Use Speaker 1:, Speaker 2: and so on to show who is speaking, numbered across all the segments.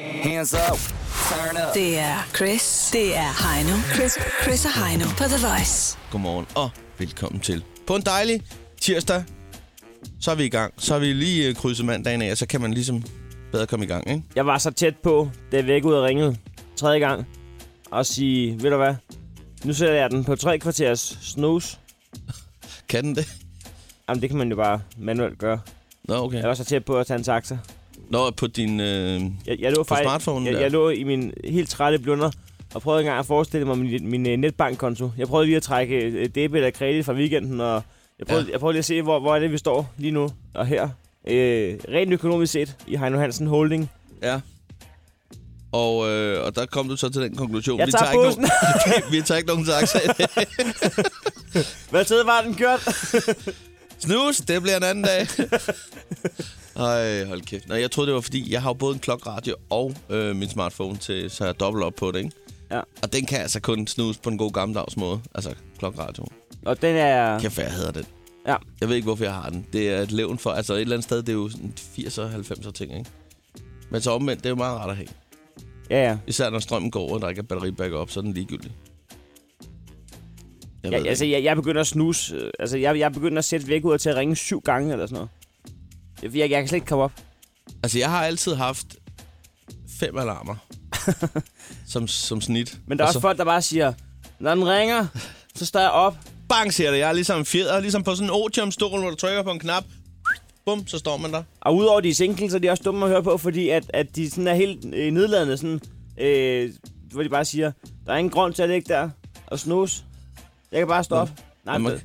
Speaker 1: hands up. Turn up.
Speaker 2: Det er Chris. Det er Heino. Chris, Chris og Heino på The Voice.
Speaker 3: Godmorgen og velkommen til. På en dejlig tirsdag, så er vi i gang. Så er vi lige øh, krydset mandagen af, og så kan man ligesom bedre komme i gang, ikke?
Speaker 4: Jeg var så tæt på, da jeg væk ud og ringede tredje gang, og sige, ved du hvad, nu sætter jeg den på tre kvarters snooze.
Speaker 3: Kan den det?
Speaker 4: Jamen, det kan man jo bare manuelt gøre.
Speaker 3: Nå, okay.
Speaker 4: Jeg var så tæt på at tage en taxa.
Speaker 3: Nå, på din... Øh...
Speaker 4: Jeg, jeg lå faktisk,
Speaker 3: smartphonen der?
Speaker 4: jeg, jeg lå i min helt trætte blunder og prøvede engang at forestille mig min, min øh, netbankkonto. Jeg prøvede lige at trække øh, debit og kredit fra weekenden, og jeg prøvede,
Speaker 3: Ja.
Speaker 4: ja. jeg prøvede lige at se, hvor, hvor er det, vi står lige nu og her. Øh, rent økonomisk set i Heino Hansen Holding.
Speaker 3: Ja. Og, øh, og der kom du så til den konklusion.
Speaker 4: Jeg tager
Speaker 3: ikke
Speaker 4: bussen.
Speaker 3: nogen, vi tager ikke nogen taxa i det.
Speaker 4: Hvad tid var den kørt?
Speaker 3: Snus, det bliver en anden dag. Ej, hold kæft. Nå, jeg troede, det var fordi, jeg har jo både en klokradio og øh, min smartphone til, så jeg dobbelt op på det, ikke?
Speaker 4: Ja.
Speaker 3: Og den kan altså kun snuse på en god gammeldags måde. Altså, klokradio.
Speaker 4: Og den er...
Speaker 3: Kæft, hvad jeg hedder den.
Speaker 4: Ja.
Speaker 3: Jeg ved ikke, hvorfor jeg har den. Det er et levn for... Altså, et eller andet sted, det er jo sådan 80'er og 90'er ting, ikke? Men så omvendt, det er jo meget rart at have.
Speaker 4: Ja, ja.
Speaker 3: Især når strømmen går over, og der ikke er batteri-backup, så er den ligegyldig. Jeg
Speaker 4: Jeg,
Speaker 3: det
Speaker 4: ja, altså,
Speaker 3: ikke.
Speaker 4: jeg, jeg begynder at snuse. øh, Altså, jeg, jeg begynder at sætte væk ud til at ringe syv gange eller sådan noget. Det er fordi, Jeg, jeg kan slet ikke komme op.
Speaker 3: altså, jeg har altid haft fem alarmer som, som snit.
Speaker 4: Men der er
Speaker 3: Og
Speaker 4: også
Speaker 3: så,
Speaker 4: folk, der bare siger, når den ringer, så står jeg op.
Speaker 3: Bang, siger det. Jeg er ligesom en fjeder, ligesom på sådan en otiumstol, hvor du trykker på en knap. Bum, så står man der.
Speaker 4: Og udover de er single, så er de også dumme at høre på, fordi at, at de sådan er helt øh, nedladende, sådan, øh, hvor de bare siger, der er ingen grund til at ligge der og snuse. Jeg kan bare stoppe. Nej,
Speaker 3: Jamen,
Speaker 4: men,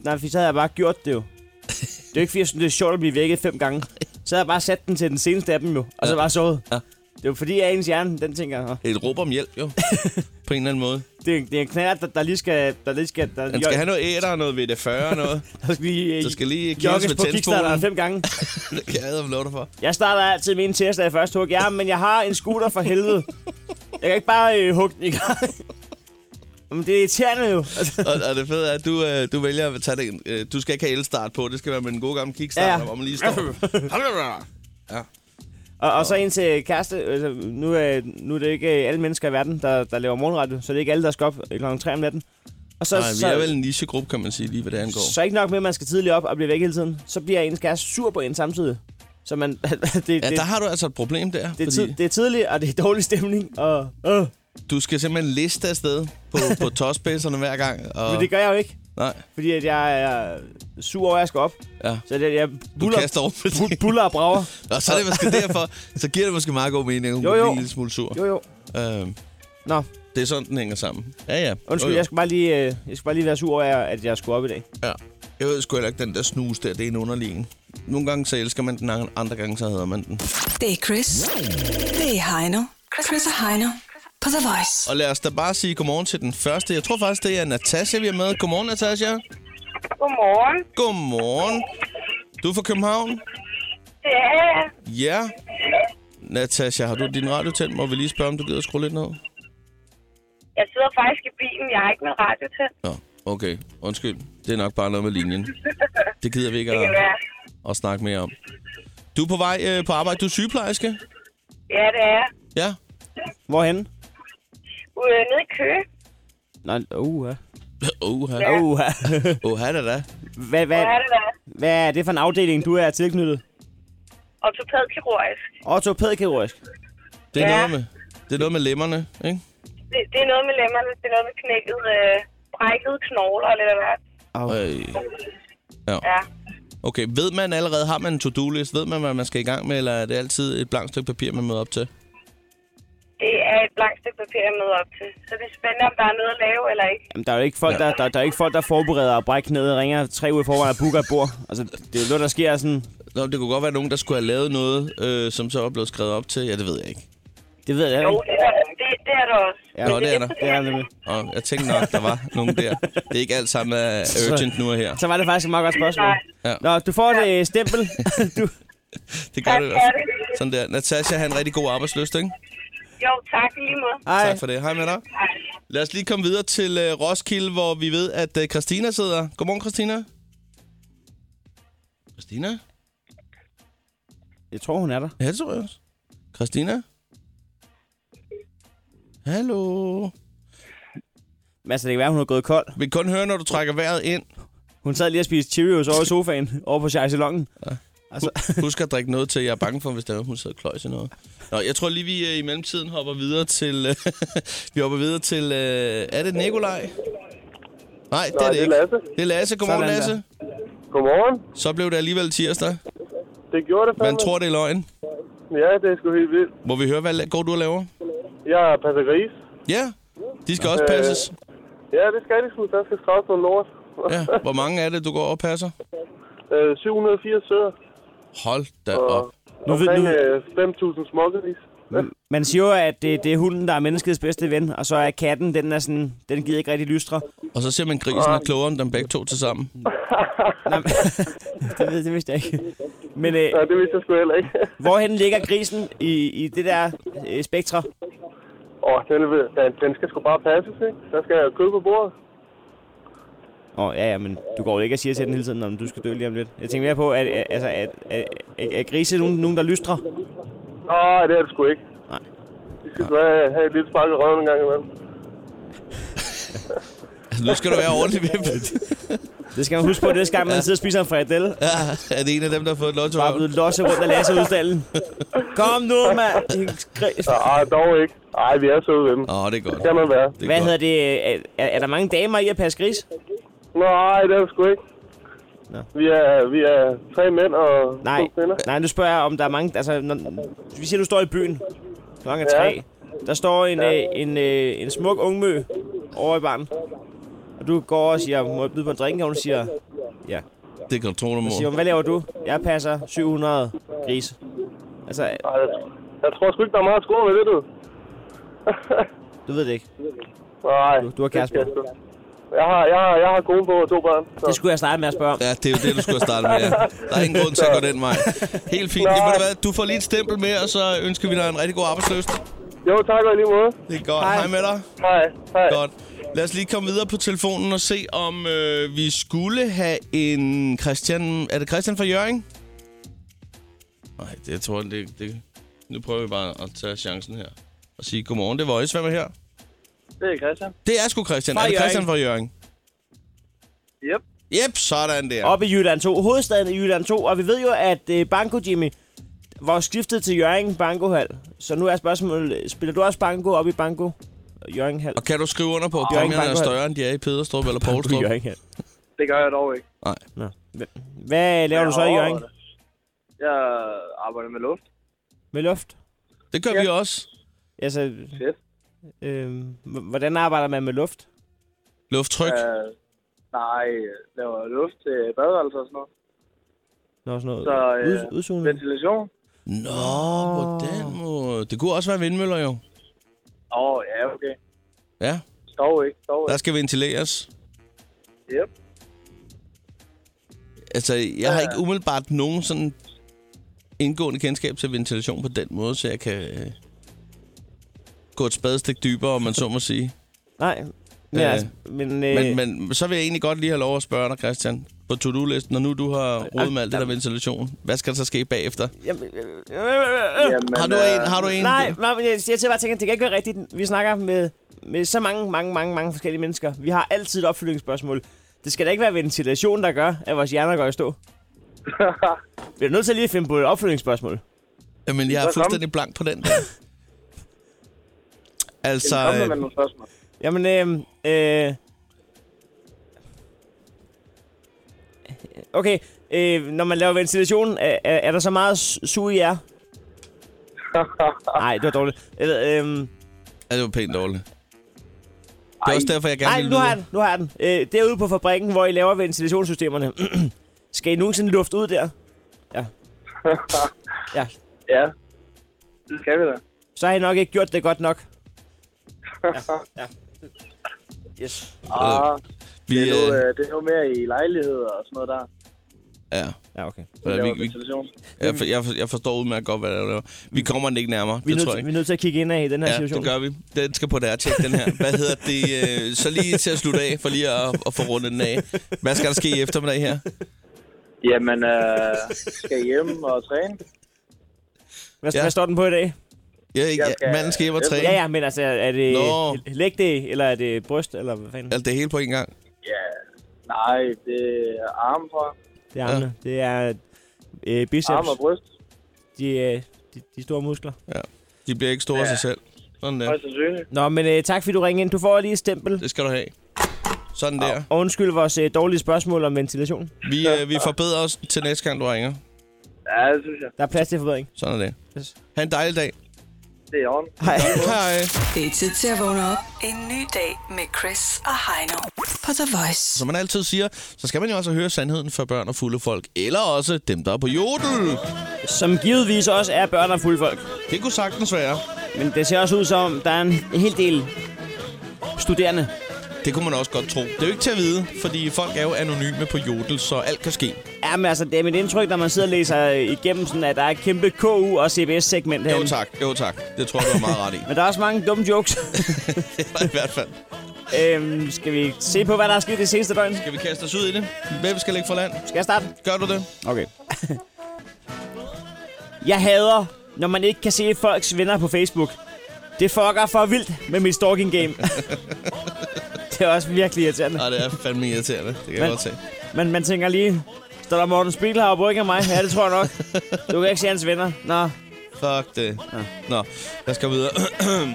Speaker 4: nej, fordi så havde jeg bare gjort det jo. Det er jo ikke fordi, jeg synes, det er sjovt at blive vækket fem gange. Så havde jeg bare sat den til den seneste af dem jo, og så
Speaker 3: Ja.
Speaker 4: bare sovet.
Speaker 3: Ja.
Speaker 4: Det er jo fordi, at ens hjerne, den tænker, "Nå,
Speaker 3: Et råb om hjælp, jo. på en eller anden måde.
Speaker 4: det er, en- det er en knært, der, der lige skal... Der lige skal, der,
Speaker 3: Man skal have noget æder og noget VD40 og noget.
Speaker 4: der skal lige, øh,
Speaker 3: Så skal lige kigges
Speaker 4: jogges
Speaker 3: med
Speaker 4: på Kickstarter
Speaker 3: tændspolen.
Speaker 4: fem gange.
Speaker 3: Det kan jeg lov dig for.
Speaker 4: Jeg starter altid min tirsdag i første hug. Ja, men jeg har en scooter for helvede. Jeg kan ikke bare øh, hugge den i gang. Men det er irriterende jo. Altså,
Speaker 3: og, og det fede er, at du, øh, du vælger at tage den. Øh, du skal ikke have elstart på. Det skal være med den gode gamle kickstarter,
Speaker 4: Ja,
Speaker 3: ja,
Speaker 4: ja.
Speaker 3: ja. hvor man lige står.
Speaker 4: og, og så en til kæreste. Altså, nu, øh, nu er det ikke øh, alle mennesker i verden, der, der laver morgenradio. Så det er ikke alle, der skal op øh, klokken 3 om natten. Og så,
Speaker 3: Nej, vi er vel en nichegruppe, kan man sige, lige hvad det angår.
Speaker 4: så ikke nok med, at man skal tidligt op og blive væk hele tiden. Så bliver ens kæreste sur på en samtidig. Så man, det,
Speaker 3: Ja,
Speaker 4: det,
Speaker 3: der har du altså et problem der,
Speaker 4: det, er
Speaker 3: fordi
Speaker 4: tid, det er tidligt, og det er dårlig stemning. Og, øh,
Speaker 3: du skal simpelthen liste afsted på, på tosspacerne hver gang. Og,
Speaker 4: men det gør jeg jo ikke.
Speaker 3: Nej,
Speaker 4: Fordi at jeg er sur over, at jeg skal op.
Speaker 3: ja.
Speaker 4: Så det, jeg
Speaker 3: Du
Speaker 4: buller,
Speaker 3: kaster over på
Speaker 4: bu-
Speaker 3: det.
Speaker 4: buller og brager.
Speaker 3: Og så er det måske derfor, så giver det måske meget god mening, at hun
Speaker 4: Jo,
Speaker 3: jo, jo.
Speaker 4: jo.
Speaker 3: en lille smule sur.
Speaker 4: Jo, jo.
Speaker 3: Øhm,
Speaker 4: Nå,
Speaker 3: det er sådan, den hænger sammen. Ja, ja.
Speaker 4: undskyld,
Speaker 3: Jo, jo.
Speaker 4: jeg skal bare lige, øh, jeg skal bare lige være sur over, at jeg skulle op i dag.
Speaker 3: Ja. Jeg ved sgu heller ikke, den der snus der, det er en underlig en. Nogle gange så elsker man den, andre gange så hader man den.
Speaker 2: Det er Chris. Det er Heino. Chris og Heino på The Voice.
Speaker 3: Og lad os da bare sige godmorgen til den første. Jeg tror faktisk, det er Natasha, vi er med. Godmorgen, Natasha.
Speaker 5: Godmorgen.
Speaker 3: Godmorgen. Du er fra København?
Speaker 5: Det er jeg.
Speaker 3: Ja. Natasha, har du din radio tændt? Må vi lige spørge, om du gider at skrue lidt ned?
Speaker 5: Jeg sidder faktisk i bilen. Jeg har ikke min radio til.
Speaker 3: Nå, okay. Undskyld. Det er nok bare noget med linjen. Det gider vi ikke
Speaker 5: Det
Speaker 3: at,
Speaker 5: kan være.
Speaker 3: at snakke mere om. Du er på vej øh, på arbejde. Du er sygeplejerske?
Speaker 5: Ja, det er jeg.
Speaker 3: Ja.
Speaker 4: Hvorhen?
Speaker 5: Ude øh, nede i Køge.
Speaker 4: Nå, uha.
Speaker 3: Oha.
Speaker 4: Uha.
Speaker 3: Oha, da da.
Speaker 4: hvad, hvad,
Speaker 5: Hvor er det da?
Speaker 4: hvad er det for en afdeling, du er tilknyttet?
Speaker 5: Ortopædkirurgisk.
Speaker 4: Ortopædkirurgisk.
Speaker 3: Det er,
Speaker 5: Ja.
Speaker 3: noget med, det er noget med lemmerne, ikke?
Speaker 5: Det, det er noget med lemmerne. Det er noget med knækket, øh, brækkede knogler eller hvad.
Speaker 3: Øh,
Speaker 5: Ja.
Speaker 3: Okay, ved man allerede, har man en to-do-list? Ved man, hvad man skal i gang med, eller er det altid et blankt stykke papir, man møder op til?
Speaker 5: Det er et blankt stykke papir, jeg møder op til. Så det er spændende, om der er noget at lave eller ikke.
Speaker 4: Jamen, der er jo ikke folk, der, der, der, er ikke folk, der forbereder at brække ned og ringer tre uger i forvejen og booker et bord. Altså, det er jo noget, der sker sådan...
Speaker 3: Nå, det kunne godt være nogen, der skulle have lavet noget, øh, som så er blevet skrevet op til. Ja, det ved jeg ikke.
Speaker 4: Det ved jeg
Speaker 5: Jo,
Speaker 4: ikke.
Speaker 5: det er, det, det er der også.
Speaker 4: Ja,
Speaker 3: Nå, det er der.
Speaker 4: Det er der nemlig.
Speaker 3: Og jeg tænkte nok, der var nogen der. Det er ikke alt sammen er urgent nu og her.
Speaker 4: Så var det faktisk et meget godt spørgsmål.
Speaker 3: Ja.
Speaker 4: Nå, du får et øh, stempel. du,
Speaker 3: Det gør
Speaker 5: Tak
Speaker 3: det i hvert
Speaker 5: for det.
Speaker 3: fald. Sådan der. Natasha, han en rigtig god arbejdsløst, ikke?
Speaker 5: Jo, tak i lige måde.
Speaker 4: hej.
Speaker 3: Tak for det. Hej med dig. Lad os lige komme videre til øh, Roskilde, hvor vi ved, at øh, Christina sidder. Godmorgen, Christina. Christina?
Speaker 4: Jeg tror, hun er der.
Speaker 3: Ja, det tror jeg også. Christina? Hallo.
Speaker 4: Men altså, det kan være, hun har gået kold.
Speaker 3: Vi kan kun høre, når du trækker vejret ind.
Speaker 4: Hun sad lige og spiste Cheerios over i sofaen, over på Chaisalongen. Ja. Altså,
Speaker 3: Husk at drikke noget til, jeg er bange for, hvis der er, hun sidder og kløjs i noget. Nå, jeg tror lige, vi øh, i mellemtiden hopper videre til... øh, vi hopper videre til... Øh, er det Nikolaj? Nej, det er det
Speaker 1: det er
Speaker 3: ikke.
Speaker 1: Lasse.
Speaker 3: Det er Lasse. Godmorgen,
Speaker 4: Sådan der.
Speaker 3: Lasse.
Speaker 1: Godmorgen.
Speaker 3: Så blev det alligevel tirsdag.
Speaker 1: Det gjorde det
Speaker 3: Man
Speaker 1: fandme.
Speaker 3: tror, det er løgn.
Speaker 1: Ja, det er sgu helt vildt.
Speaker 3: Må vi høre, hvad la- går du og laver?
Speaker 1: Jeg passer gris.
Speaker 3: Ja, de skal også
Speaker 1: Øh.
Speaker 3: passes.
Speaker 1: Ja, det skal det sgu. Der skal skraves noget lort.
Speaker 3: Ja. Hvor mange er det, du går og passer?
Speaker 1: Øh, 780 søer.
Speaker 3: Hold da
Speaker 1: Og
Speaker 3: op.
Speaker 4: nu, ved,
Speaker 1: omkring
Speaker 4: nu,
Speaker 1: øh, 5.000 smågris.
Speaker 4: man siger jo, at det, det er hunden, der er menneskets bedste ven, og så er katten, den, er sådan, den gider ikke rigtig lystre.
Speaker 3: Og så ser man grisen er klogere end dem begge to til sammen.
Speaker 4: Nej, men- det, ved, det vidste jeg ikke. Men øh,
Speaker 1: Nej, det vidste jeg sgu heller ikke.
Speaker 4: hvorhen ligger grisen i, i det der øh, spektre?
Speaker 1: Åh, den, er ved- den, den skal sgu bare passes, ikke? Der skal kød på bordet.
Speaker 4: Åh, oh, ja, ja, men du går jo ikke og siger til den hele tiden, om du skal dø lige om lidt. Jeg tænker mere på, at, at, altså, at, at, at, at grise er nogen, nogen, der lystrer.
Speaker 1: Nej, det er det sgu ikke.
Speaker 4: Nej.
Speaker 1: Det skal sgu have, have et lille spark i røven en gang imellem.
Speaker 3: Altså, nu skal du være ordentlig vippet.
Speaker 4: Det skal man huske på næste gang, man sidder og spiser en frikadelle.
Speaker 3: Ja, er det en af dem, der har fået lov til
Speaker 4: Bare blevet losse rundt og lasse udstallen. Kom nu, mand! Gris.
Speaker 1: Nej, dog ikke. Nej, vi er søde ved dem.
Speaker 3: Åh, det er godt.
Speaker 1: Det kan man være.
Speaker 3: Det er
Speaker 4: Hvad
Speaker 3: godt.
Speaker 4: hedder det? Er, er, er der mange damer i at passe gris?
Speaker 1: Nej, det er det sgu ikke.
Speaker 4: Nå.
Speaker 1: Vi er, vi er tre mænd og
Speaker 4: Nej,
Speaker 1: to kvinder.
Speaker 4: nej, nu spørger jeg, om der er mange... Altså, når, vi siger, du står i byen. Klokken er
Speaker 1: Ja.
Speaker 4: tre. Der står en, øh, en, øh, en smuk ungmø over i baren. Og du går og siger, må jeg byde på en drink? Og hun siger, ja.
Speaker 3: Det kan du tro, du må.
Speaker 4: Så siger hun, hvad laver du? Jeg passer 700 grise. Altså,
Speaker 1: Nej, jeg, jeg tror sgu ikke, der er meget skor ved det, du.
Speaker 4: du ved det ikke.
Speaker 1: Nej.
Speaker 4: Du- du har
Speaker 1: det
Speaker 4: kæreste
Speaker 1: skal jeg sgu. Jeg har, jeg, har, jeg har kone på og to børn. Så.
Speaker 4: Det skulle jeg starte med at spørge om.
Speaker 3: Ja, det er jo det, du skulle have startet med. Ja. Der er ingen grund til at gå den vej. Helt fint. Det må det være. Du får lige et stempel med, og så ønsker vi dig en rigtig god arbejdsløst.
Speaker 1: Jo, tak og i lige måde.
Speaker 3: Det er godt. Hej, Hej
Speaker 4: Hej.
Speaker 3: med dig.
Speaker 1: Hej. Hej.
Speaker 3: Godt. Lad os lige komme videre på telefonen og se, om øh, vi skulle have en Christian... Er det Christian fra Jørgen? Nej, det jeg tror jeg det, det... Nu prøver vi bare at tage chancen her. Og sige godmorgen. Det var Voice. Hvem er her?
Speaker 1: Det er Christian.
Speaker 3: Det er sgu Christian.
Speaker 4: Fra
Speaker 3: er det
Speaker 4: Hjørring.
Speaker 3: Christian fra Jørgen?
Speaker 1: Yep.
Speaker 3: Jep, sådan der.
Speaker 4: op i Jylland 2, hovedstaden i Jylland 2, og vi ved jo, at øh, Banko Jimmy var skiftet til Jørgen Bankohal. Så nu er spørgsmålet, spiller du også Banko op i Banko? Jørgen Hal?
Speaker 3: Og kan du skrive under på, at
Speaker 4: Jørgen
Speaker 3: præmierne er
Speaker 4: Banko-
Speaker 3: større, end de er i Pederstrup eller Poulstrup?
Speaker 4: Jørgen Hal.
Speaker 1: Det gør jeg dog ikke.
Speaker 3: Nej.
Speaker 4: Nå. Hvad laver du så i Jørgen?
Speaker 1: Jeg arbejder med luft.
Speaker 4: Med luft?
Speaker 3: Det gør
Speaker 1: Ja.
Speaker 3: vi også.
Speaker 4: Altså, øh, hvordan arbejder man med luft?
Speaker 3: Lufttryk.
Speaker 1: Øh, nej, laver luft til badeværelser og sådan noget.
Speaker 4: Nå, sådan noget.
Speaker 1: Så, øh,
Speaker 4: Ud, udsugning?
Speaker 1: Ventilation.
Speaker 3: Nå, på den måde. Det kunne også være vindmøller jo.
Speaker 1: Åh, oh, ja, okay.
Speaker 3: Ja,
Speaker 1: Dog ikke, dog
Speaker 3: der skal ventileres.
Speaker 1: Yep.
Speaker 3: Altså, jeg har ikke umiddelbart nogen sådan indgående kendskab til ventilation på den måde, så jeg kan øh, gå et spadestik dybere, om man så må sige.
Speaker 4: Nej. Men,
Speaker 3: Øh,
Speaker 4: altså, men, øh,
Speaker 3: Men, men så vil jeg egentlig godt lige have lov at spørge dig, Christian, på to-do-listen, når nu du har rodet med alt det der ventilation, hvad skal der så ske bagefter?
Speaker 4: jamen, øh, øh, øh, øh.
Speaker 1: Jamen,
Speaker 3: Har du en? Har du en?
Speaker 4: Nej, nej, men jeg, jeg til bare tænker, at det kan ikke være rigtigt. Vi snakker med, med så mange, mange, mange, mange forskellige mennesker. Vi har altid et opfølgningsspørgsmål. Det skal da ikke være ventilation, der gør, at vores hjerner går i stå. Vi er nødt til lige at finde på et opfølgningsspørgsmål.
Speaker 3: Jamen, jeg er
Speaker 1: Velkommen.
Speaker 3: fuldstændig blank på den der. altså,
Speaker 1: Kom med
Speaker 3: øh,
Speaker 1: nogle spørgsmål.
Speaker 4: Jamen, øh, øh, Okay, øh, når man laver ventilation, er, er, er der så meget su- su i jer? Nej, det var dårligt. Eller, øh,
Speaker 3: ja, det var pænt dårligt. Det er også derfor, jeg gerne
Speaker 4: Nej,
Speaker 3: vil
Speaker 4: nu har jeg
Speaker 3: vide-
Speaker 4: den. Nu har jeg den. Øh, derude på fabrikken, hvor I laver ventilationssystemerne. Skal I nogensinde lufte ud der? Ja. ja.
Speaker 1: Ja, det skal vi da.
Speaker 4: Så har I nok ikke gjort det godt nok. Ja. ja. Yes. Øh,
Speaker 1: Ah,
Speaker 3: Vi,
Speaker 1: det, er noget,
Speaker 3: øh,
Speaker 1: øh, det er noget mere i lejligheder og sådan noget der.
Speaker 4: øh,
Speaker 3: ja,
Speaker 4: Ja, okay. Vi
Speaker 1: Vi
Speaker 3: ja,
Speaker 1: laver
Speaker 3: vi, vi,
Speaker 1: ventilation.
Speaker 3: jeg, for- jeg, for- jeg forstår udmærket godt, hvad det er. Vi kommer den ikke nærmere,
Speaker 4: er,
Speaker 3: det
Speaker 4: nødt,
Speaker 3: tror jeg
Speaker 4: til- Mm. vi
Speaker 3: ikke.
Speaker 4: er nødt til at kigge ind i den her
Speaker 3: Ja,
Speaker 4: situation.
Speaker 3: det gør vi. Den skal på der tjek den her. Hvad hedder det? øh, Så lige til at slutte af, for lige at, at få rundet den af. Hvad skal der ske i eftermiddag her?
Speaker 1: Jamen, øh, skal hjem og træne.
Speaker 4: Hvad,
Speaker 3: Ja.
Speaker 4: ja. hvad står den på i dag?
Speaker 3: Jeg, jeg,
Speaker 1: Jeg
Speaker 3: jeg,
Speaker 1: skal-
Speaker 3: manden skal hjem og
Speaker 1: jeg-
Speaker 3: træne.
Speaker 4: Ja, ja, men altså, er det
Speaker 3: Nå.
Speaker 4: lægdæ, eller er det bryst, eller hvad fanden?
Speaker 3: Alt Altså, det hele på en gang.
Speaker 1: Ja, nej, det er arme, tror jeg.
Speaker 4: Det er armene. Det er øh, biceps,
Speaker 1: Arme og bryst.
Speaker 4: de, øh, de, de store muskler.
Speaker 3: Ja. De bliver ikke store af sig selv. Sådan der.
Speaker 1: Højst sandsynligt.
Speaker 4: Nå, men øh, tak fordi du ringede ind. Du får lige et stempel.
Speaker 3: Det skal du have. Sådan der.
Speaker 4: Og undskyld vores øh, dårlige spørgsmål om ventilation.
Speaker 3: Vi, øh, vi forbedrer os til næste gang, du ringer.
Speaker 1: Ja, det synes jeg.
Speaker 4: Der er plads til forbedring.
Speaker 3: Sådan er det.
Speaker 4: Yes.
Speaker 3: Ha' en dejlig dag.
Speaker 1: Det er ordentligt.
Speaker 4: Hej.
Speaker 3: Hej.
Speaker 2: Det er tid til at vågne op. En ny dag med Chris og Heino på The Voice.
Speaker 3: Som man altid siger, så skal man jo også høre sandheden for børn og fulde folk. Eller også dem, der er på jodel.
Speaker 4: Som givetvis også er børn og fulde folk.
Speaker 3: Det kunne sagtens være.
Speaker 4: Men det ser også ud som, der er en hel del studerende.
Speaker 3: Det kunne man også godt tro. Det er jo ikke til at vide, fordi folk er jo anonyme på jodel, så alt kan ske.
Speaker 4: Ja, men altså, det er mit indtryk, når man sidder og læser øh, igennem, sådan, at der er et kæmpe KU- og CBS-segment her.
Speaker 3: Jo tak, jo tak. Det tror jeg, du har meget ret i.
Speaker 4: Men der er også mange dumme jokes.
Speaker 3: I hvert fald.
Speaker 4: øhm, skal vi se på, hvad der er sket det seneste døgn?
Speaker 3: Skal vi kaste os ud i det? Hvem skal ligge for land?
Speaker 4: Skal jeg starte?
Speaker 3: Gør du det?
Speaker 4: Okay. jeg hader, når man ikke kan se folks venner på Facebook. Det fucker for vildt med mit stalking game. det er også virkelig irriterende.
Speaker 3: Nej, det er fandme irriterende. Det kan jeg
Speaker 4: Men-
Speaker 3: godt se.
Speaker 4: Men man tænker lige, står der Morten Spiegel her og brygger mig? Ja, det tror jeg nok. Du kan ikke se hans venner. Nå,
Speaker 3: Fuck det. Nå, jeg skal videre.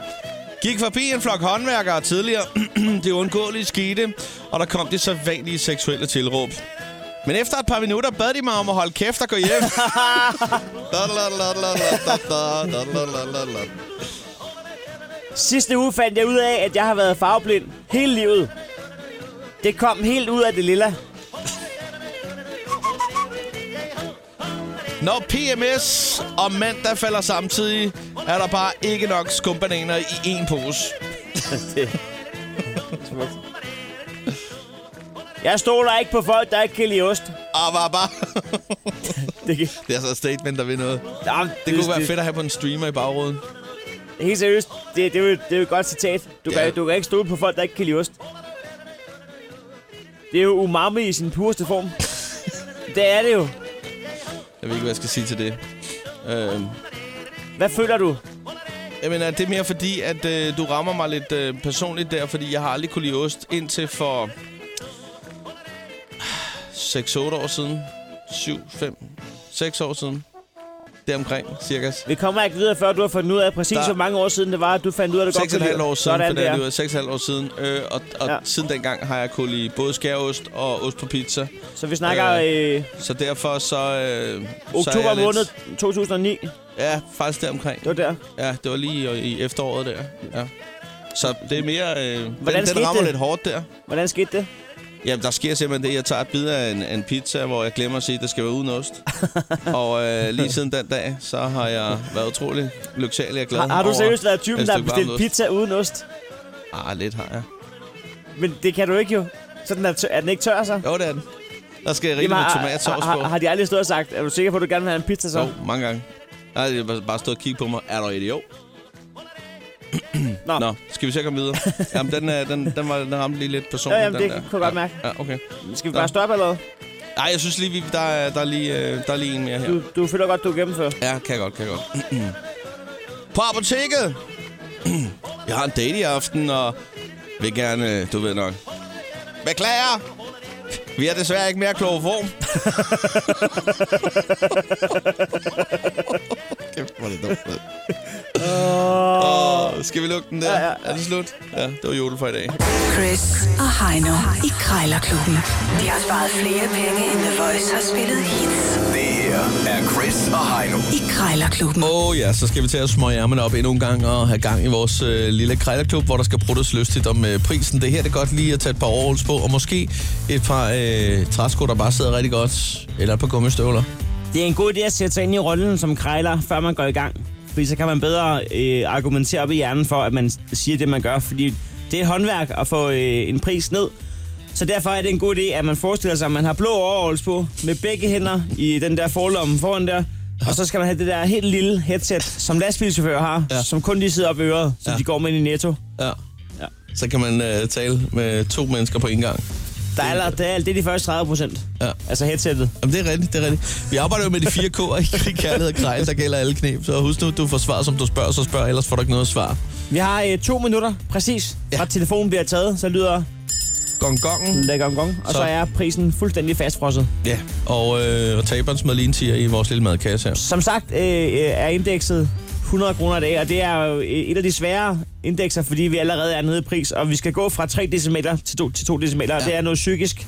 Speaker 3: Gik forbi en flok håndværkere tidligere. det uundgåelige skete, og der kom det så vanlige seksuelle tilråb. Men efter et par minutter bad de mig om at holde kæft og gå hjem.
Speaker 4: Sidste uge fandt jeg ud af, at jeg har været farveblind hele livet. Det kom helt ud af det lilla.
Speaker 3: Når PMS og mandag falder samtidig, er der bare ikke nok skumbananer i én pose.
Speaker 4: Jeg stoler ikke på folk, der ikke kan lide ost.
Speaker 3: Og var bare...
Speaker 4: Det, kan-
Speaker 3: det er så et statement, der ved noget.
Speaker 4: Jamen,
Speaker 3: Det kunne være fedt at have på en streamer i bagruden.
Speaker 4: Helt seriøst, det, det, er jo, det er jo et godt citat. Du,
Speaker 3: Ja.
Speaker 4: kan, du kan ikke stole på folk, der ikke kan lide ost. Det er jo umami i sin pureste form. det er det jo.
Speaker 3: Jeg ved ikke, hvad jeg skal sige til det. Øhm,
Speaker 4: Hvad føler du?
Speaker 3: Jamen, er det mere fordi, at øh, du rammer mig lidt øh, personligt der, fordi jeg har aldrig kunne lide ost indtil for 6-8 år siden. 7, 5, 6 år siden. Deromkring, cirka.
Speaker 4: Vi kommer ikke videre, før du har fundet ud af præcis,
Speaker 3: Der-
Speaker 4: hvor mange år siden det var, at du fandt ud af, at du godt
Speaker 3: 6,5
Speaker 4: lide
Speaker 3: år
Speaker 4: ost.
Speaker 3: siden, for
Speaker 4: Sådan
Speaker 3: det er
Speaker 4: der.
Speaker 3: alligevel 6,5 år siden. Øh, og og
Speaker 4: Ja.
Speaker 3: ja. siden dengang har jeg kunne lide både skæreost og ost på pizza.
Speaker 4: Så vi snakker øh,
Speaker 3: Så derfor så... Øh, så er
Speaker 4: oktober
Speaker 3: jeg lidt-
Speaker 4: måned 2009. Det
Speaker 3: Ja, faktisk deromkring.
Speaker 4: var der.
Speaker 3: Ja, det var lige i, i efteråret der. Ja. Så det er mere... Øh, den,
Speaker 4: skete
Speaker 3: den rammer
Speaker 4: det?
Speaker 3: lidt hårdt der.
Speaker 4: Hvordan skete det?
Speaker 3: Jamen, der sker simpelthen det, jeg tager et bid af en, af en pizza, hvor jeg glemmer at sige, at det skal være uden ost. og øh, lige siden den dag, så har jeg været utrolig lyksalig og glad
Speaker 4: Har, har du
Speaker 3: over-
Speaker 4: seriøst været typen,
Speaker 3: et
Speaker 4: der har
Speaker 3: stykke varm
Speaker 4: bestilt
Speaker 3: ost.
Speaker 4: pizza uden ost?
Speaker 3: Ah, lidt har jeg.
Speaker 4: Men det kan du ikke jo. Så den er, tør, er den ikke tør, så?
Speaker 3: Jo, det er den. Der skal jeg rigtig
Speaker 4: Jamen,
Speaker 3: med
Speaker 4: har,
Speaker 3: tomatsovs
Speaker 4: har,
Speaker 3: på.
Speaker 4: har, har de aldrig stået og sagt, er du sikker på, at du gerne vil have en pizza så?
Speaker 3: Jo, mange gange. Der har de bare- bare stået og kigget på mig. Er du idiot?
Speaker 4: Nå.
Speaker 3: Nå, skal vi se at komme videre? Jamen, den, øh, den, den, var, den ramte lige lidt personligt,
Speaker 4: Ja, jamen,
Speaker 3: den
Speaker 4: det
Speaker 3: der.
Speaker 4: kunne jeg godt
Speaker 3: ja.
Speaker 4: mærke.
Speaker 3: Ja, okay.
Speaker 4: Skal vi
Speaker 3: Nå.
Speaker 4: bare stoppe eller hvad?
Speaker 3: Ej, jeg synes lige, vi, der, er- der, er lige, øh, der er lige en mere her.
Speaker 4: Du, du føler godt, du er gennemført.
Speaker 3: Ja, kan jeg godt, kan jeg godt. På apoteket! jeg har en date i aften, og vil gerne, øh, du ved nok. Beklager! Vi er desværre ikke mere kloroform. Kæft, hvor er det dumt. Åh, skal vi lukke den der?
Speaker 4: Ja, ja.
Speaker 3: Er det slut? Ja, det var jule for i dag.
Speaker 2: Chris og Heino i Krejlerklubben. De har sparet flere penge, end The Voice har spillet hits
Speaker 6: Det her er Chris og Heino.
Speaker 2: i Krejlerklubben.
Speaker 3: Åh oh, ja, så skal vi til at smøge ærmerne op endnu en gang og have gang i vores øh, lille krejlerklub, hvor der skal bruttes lystigt om øh, prisen. Det her det er godt lige at tage et par overholds på, og måske et par øh, træsko, der bare sidder rigtig godt, eller et par gummistøvler.
Speaker 4: Det er en god idé at sætte sig ind i rollen som krejler, før man går i gang. Fordi så kan man bedre øh, argumentere op i hjernen for, at man s- siger det, man gør. Fordi det er et håndværk at få øh, en pris ned. Så derfor er det en god idé, at man forestiller sig, at man har blå overholds på med begge hænder i den der forlomme foran der. Og så skal man have det der helt lille headset, som lastbilchauffører har,
Speaker 3: Ja.
Speaker 4: ja. som kun de sidder op i øret, så
Speaker 3: Ja.
Speaker 4: ja. de går med ind i netto.
Speaker 3: Ja.
Speaker 4: Ja.
Speaker 3: Så kan man øh, tale med to mennesker på en gang.
Speaker 4: Der er, aller- der er, det er de første 30 procent.
Speaker 3: Ja.
Speaker 4: Altså headsettet.
Speaker 3: Jamen, det er rigtigt, det er rigtigt. Vi arbejder jo med de fire K'er i krig, kærlighed og krejl, der gælder alle knep. Så husk nu, du får svar, som du spørger, så spørg, ellers får du ikke noget svar.
Speaker 4: Vi har øh, to minutter, præcis,
Speaker 3: Ja.
Speaker 4: ja. fra telefonen bliver taget, så lyder
Speaker 3: Gong gongen.
Speaker 4: den der gong gong, og så.
Speaker 3: Så.
Speaker 4: så er prisen fuldstændig fastfrosset.
Speaker 3: Ja, og, øh, og taberen smed lige en tier i vores lille madkasse her.
Speaker 4: Som sagt øh, øh, er indekset 100 kroner i dag, og det er jo øh, et af de svære indekser, fordi vi allerede er nede i pris, og vi skal gå fra 3 decimeter til 2, til 2 decimeter, ja. og det er noget psykisk.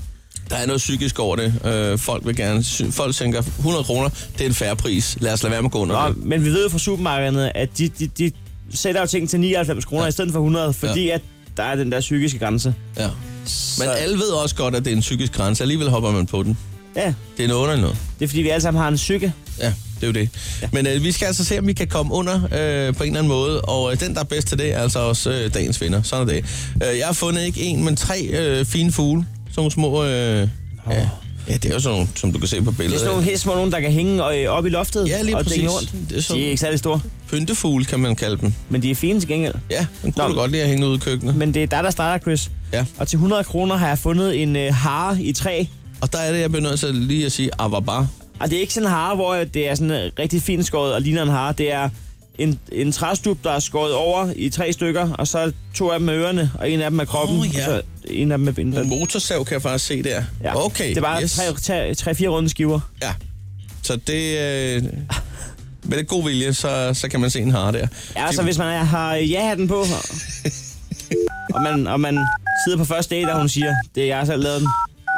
Speaker 3: Der er noget psykisk over det. Øh, folk vil gerne... sy- Folk tænker, 100 kroner, det er en færre pris. Lad os lade være med at gå under
Speaker 4: Nå,
Speaker 3: det.
Speaker 4: Øh, men vi ved jo fra supermarkederne, at de, de, de sætter jo ting til 99 kroner ja. i stedet for 100, fordi ja. at der er den der psykiske grænse.
Speaker 3: Ja.
Speaker 4: Så,
Speaker 3: Men alle ved også godt, at det er en psykisk grænse. Alligevel hopper man på den.
Speaker 4: Ja,
Speaker 3: Det er noget under noget.
Speaker 4: det er fordi, vi alle sammen har en psyke.
Speaker 3: Ja, det er jo det. Ja. Men øh, vi skal altså se, om vi kan komme under øh, på en eller anden måde. Og øh, den, der er bedst til det, er altså også øh, dagens vinder. Sådan er det. Øh, jeg har fundet ikke en, men tre øh, fine fugle. Sådan nogle små... Øh, oh. ja. ja, det er jo sådan nogle, som du kan se på
Speaker 4: Det er
Speaker 3: billedet.
Speaker 4: sådan nogle hest, hvor nogen, der kan hænge og, øh, op i loftet
Speaker 3: Ja, lige
Speaker 4: og dænge
Speaker 3: præcis.
Speaker 4: rundt.
Speaker 3: Det er sådan-
Speaker 4: De er ikke særlig store,
Speaker 3: Pyntefugle, kan man kalde dem.
Speaker 4: men de er fine til gengæld.
Speaker 3: Ja, den kunne
Speaker 4: Nå.
Speaker 3: du godt lide at hænge ud i køkkenet.
Speaker 4: Men det er dig, der starter, Chris.
Speaker 3: Ja.
Speaker 4: Og til 100 kroner har jeg fundet en øh, hare i træ.
Speaker 3: Og der er det, jeg bliver nødt til lige at sige "Ah, avaba.
Speaker 4: Og det er ikke sådan en hare, hvor det er sådan øh, rigtig fint skåret og ligner en hare. Det er en, en træstup, der er skåret over i tre stykker, og så to af dem er ørerne, og en af dem er kroppen,
Speaker 3: Åh, ja.
Speaker 4: og så en af dem er
Speaker 3: En
Speaker 4: bindet.
Speaker 3: motorsav kan jeg faktisk se der.
Speaker 4: Ja.
Speaker 3: Okay,
Speaker 4: det er bare
Speaker 3: yes.
Speaker 4: tre, tre, tre, fire runde skiver.
Speaker 3: Ja. Så det... Øh, med lidt god vilje, så, så kan man se en hare der.
Speaker 4: Ja, så hvis man er- har øh, ja-hatten på, og, og, man, og man sidder på første date, og hun siger, det er jeg selv lavet den,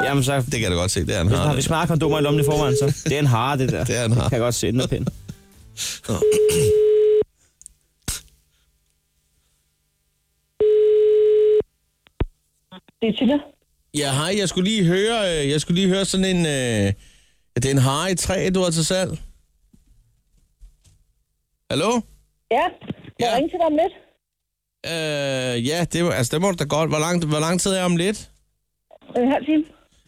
Speaker 4: jamen så
Speaker 3: Det kan du godt se, det er en
Speaker 4: har
Speaker 3: hare.
Speaker 4: vi
Speaker 3: der.
Speaker 4: smart kondomer i lommen i forvejen, så det er en hare, det der.
Speaker 3: Det er en hare.
Speaker 4: Kan jeg godt se, den er pæn.
Speaker 7: Det er Tilla.
Speaker 3: Ja, hej, jeg skulle lige høre, øh, jeg skulle lige høre sådan en... Øh, ja, det er en hare i træ, du har til salg. Hallo?
Speaker 7: Ja, må
Speaker 3: Ja.
Speaker 7: jeg ringe til dig om lidt?
Speaker 3: Øh, ja, det, var- altså, det må du da godt. Hvor lang, hvor lang tid er om lidt?
Speaker 7: En halv time?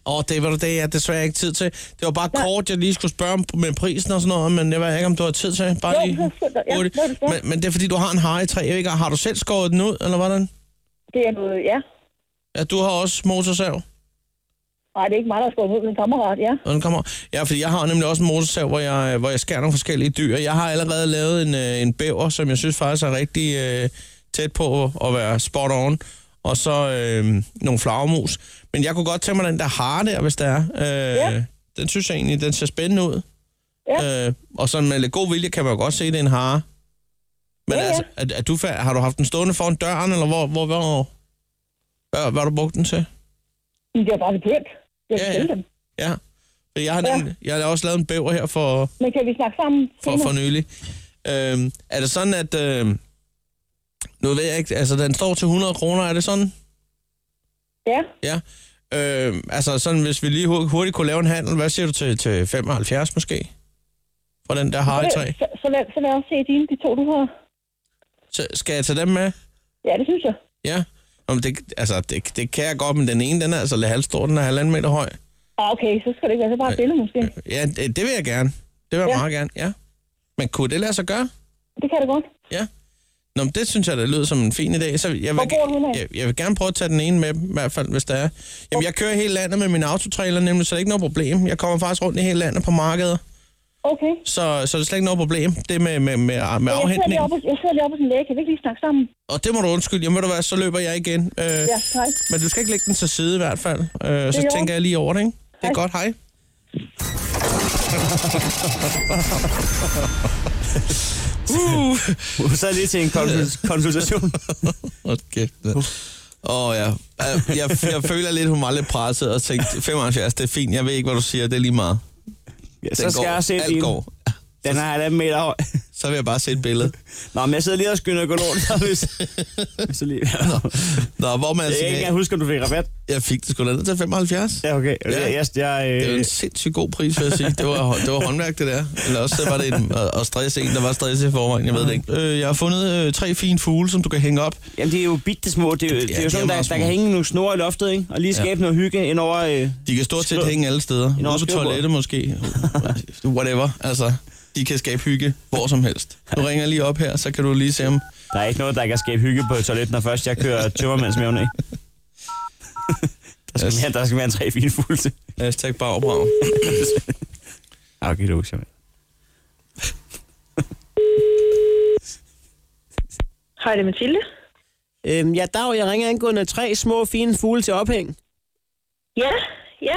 Speaker 3: Åh, det var det, jeg har desværre ikke tid til. Det var bare kort, jeg lige skulle spørge om med prisen og sådan noget, men jeg ved ikke, om du har tid til. Bare
Speaker 7: Jo,
Speaker 3: lige
Speaker 7: det er fint. Ja,
Speaker 3: hurtigt.
Speaker 7: det er det fint.
Speaker 3: men, men, det er fordi, du har en hare i træ. Jeg ved ikke, har du selv skåret den ud, eller hvordan?
Speaker 7: Det er noget, ja.
Speaker 3: Ja, du har også motorsav,
Speaker 7: Nej, det er ikke mig, der skal ud med en kammerat, ja.
Speaker 3: når den kommer. Ja, fordi jeg har nemlig også en motorsav, hvor jeg, hvor jeg skærer nogle forskellige dyr. Jeg har allerede lavet en, øh, en bæver, som jeg synes faktisk er rigtig øh, tæt på at være spot on. Og så øh, nogle flagermus. Men jeg kunne godt tænke mig den der hare der, hvis der er. Øh,
Speaker 7: Ja.
Speaker 3: Den synes jeg egentlig, den ser spændende ud.
Speaker 7: Ja.
Speaker 3: Øh, og sådan med lidt god vilje kan man jo godt se, at det er en hare. Men
Speaker 7: Ja, ja.
Speaker 3: altså, er, er du, fa- har du haft den stående foran døren, eller hvor, hvor, hvor, hvad, hvad har du brugt den til?
Speaker 7: Men det er bare så pænt. Jeg
Speaker 3: Ja,
Speaker 7: kan
Speaker 3: ja.
Speaker 7: sælge dem.
Speaker 3: Ja. For Jeg har,
Speaker 7: Ja.
Speaker 3: nemlig, jeg har også lavet en bæver her for,
Speaker 7: Men kan vi snakke sammen?
Speaker 3: for, for nylig. Øhm, er det sådan, at... Øhm, nu ved jeg ikke, altså den står til 100 kroner, er det sådan?
Speaker 7: Ja,
Speaker 3: Ja. Øhm, altså sådan, hvis vi lige hu- hurtigt kunne lave en handel, hvad siger du til, til 75 måske? Fra den der
Speaker 7: så,
Speaker 3: hare i træ.
Speaker 7: så, så, lad, så lad os se dine, de to, du har.
Speaker 3: Så skal jeg tage dem med?
Speaker 7: Ja, det synes jeg.
Speaker 3: Ja. Jamen, det, altså, det, det kan jeg godt, men den ene, den er altså lidt halvstor, den er halvanden meter høj.
Speaker 7: Ah, okay, så skal det ikke være så bare et billede, måske.
Speaker 3: Ja, det, det vil jeg gerne. Det vil jeg ja.
Speaker 7: Ja.
Speaker 3: meget gerne, ja. Men kunne det lade sig gøre?
Speaker 7: Det kan det godt.
Speaker 3: Ja. Nå, men det synes jeg, det lyder som en fin idé. Så jeg vil,
Speaker 7: Hvor bor du henne af?
Speaker 3: jeg, jeg vil gerne prøve at tage den ene med, i hvert fald, hvis der er. Jamen, jeg kører hele landet med min autotrailer, nemlig, så det er ikke noget problem. Jeg kommer faktisk rundt i hele landet på markedet,
Speaker 7: Okay.
Speaker 3: så, så det er slet ikke noget problem, det med, med, med, med
Speaker 7: Jeg sidder, lige
Speaker 3: afhentning.
Speaker 7: oppe, hos- jeg sidder lige oppe hos en læge. Kan vi ikke lige snakke sammen?
Speaker 3: Og det må du undskylde. Jamen, ved du hvad, så løber jeg igen. Øh,
Speaker 7: Ja, hej.
Speaker 3: Men du skal ikke lægge den til side i hvert fald. Øh, så
Speaker 7: i orden.
Speaker 3: tænker jeg lige over det, ikke? Det er
Speaker 7: Hej.
Speaker 3: godt, hej. uh.
Speaker 4: Så lige til en konsul- konsultation.
Speaker 3: Hold kæft. mand. Åh oh, ja. Øh, Jeg, jeg føler lidt, hun var lidt presset og tænkte, 75, det er fint, jeg ved ikke, hvad du siger, det er lige meget.
Speaker 4: Ja,
Speaker 3: Den
Speaker 4: så skal
Speaker 3: går.
Speaker 4: jeg se
Speaker 3: Alt
Speaker 4: din.
Speaker 3: går.
Speaker 4: Den er halvanden meter høj.
Speaker 3: Så vil jeg bare se et billede.
Speaker 4: Nå, men jeg sidder lige og skynder at gå rundt, hvis, hvis du lige...
Speaker 3: Nå, hvor man
Speaker 4: Jeg kan ikke engang
Speaker 3: siger,
Speaker 4: huske, om du fik rabat.
Speaker 3: jeg fik det sgu da ned til 75.
Speaker 4: Ja, okay.
Speaker 3: Ja.
Speaker 4: Jeg, jeg, jeg,
Speaker 3: Det er jo
Speaker 4: øh,
Speaker 3: en sindssygt god pris, vil jeg sige. Det var, det var håndværk, det der. Eller også så var det en, og- og stress en, der var stress i forvejen, jeg ved
Speaker 4: Mm.
Speaker 3: det ikke. Øh, jeg har fundet øh, tre fine fugle, som du kan hænge op.
Speaker 4: jamen, det er jo bitte små. Det er, jo- det er
Speaker 3: de er
Speaker 4: jo sådan, der,
Speaker 3: meget
Speaker 4: der
Speaker 3: små.
Speaker 4: kan hænge nogle snore i loftet, ikke? Og lige skabe noget hygge ind over... Øh,
Speaker 3: De kan stort set
Speaker 4: Skriv-
Speaker 3: hænge alle steder.
Speaker 4: En
Speaker 3: Ude på
Speaker 4: overskrivebord.
Speaker 3: toilettet måske. Whatever. Altså, de kan skabe hygge hvor som helst. Du ringer lige op her, så kan du lige se om...
Speaker 4: der er ikke noget, der kan skabe hygge på et toilet, når først jeg kører tømmermandsmævne, ikke? Der skal, mere, der skal mere end tre fine fulde.
Speaker 3: Hashtag bare opbrag.
Speaker 4: Okay, du er
Speaker 8: Hej, det er Mathilde.
Speaker 4: øhm, Ja, dag, jeg ringer angående tre små fine fugle til ophæng.
Speaker 8: Ja, ja.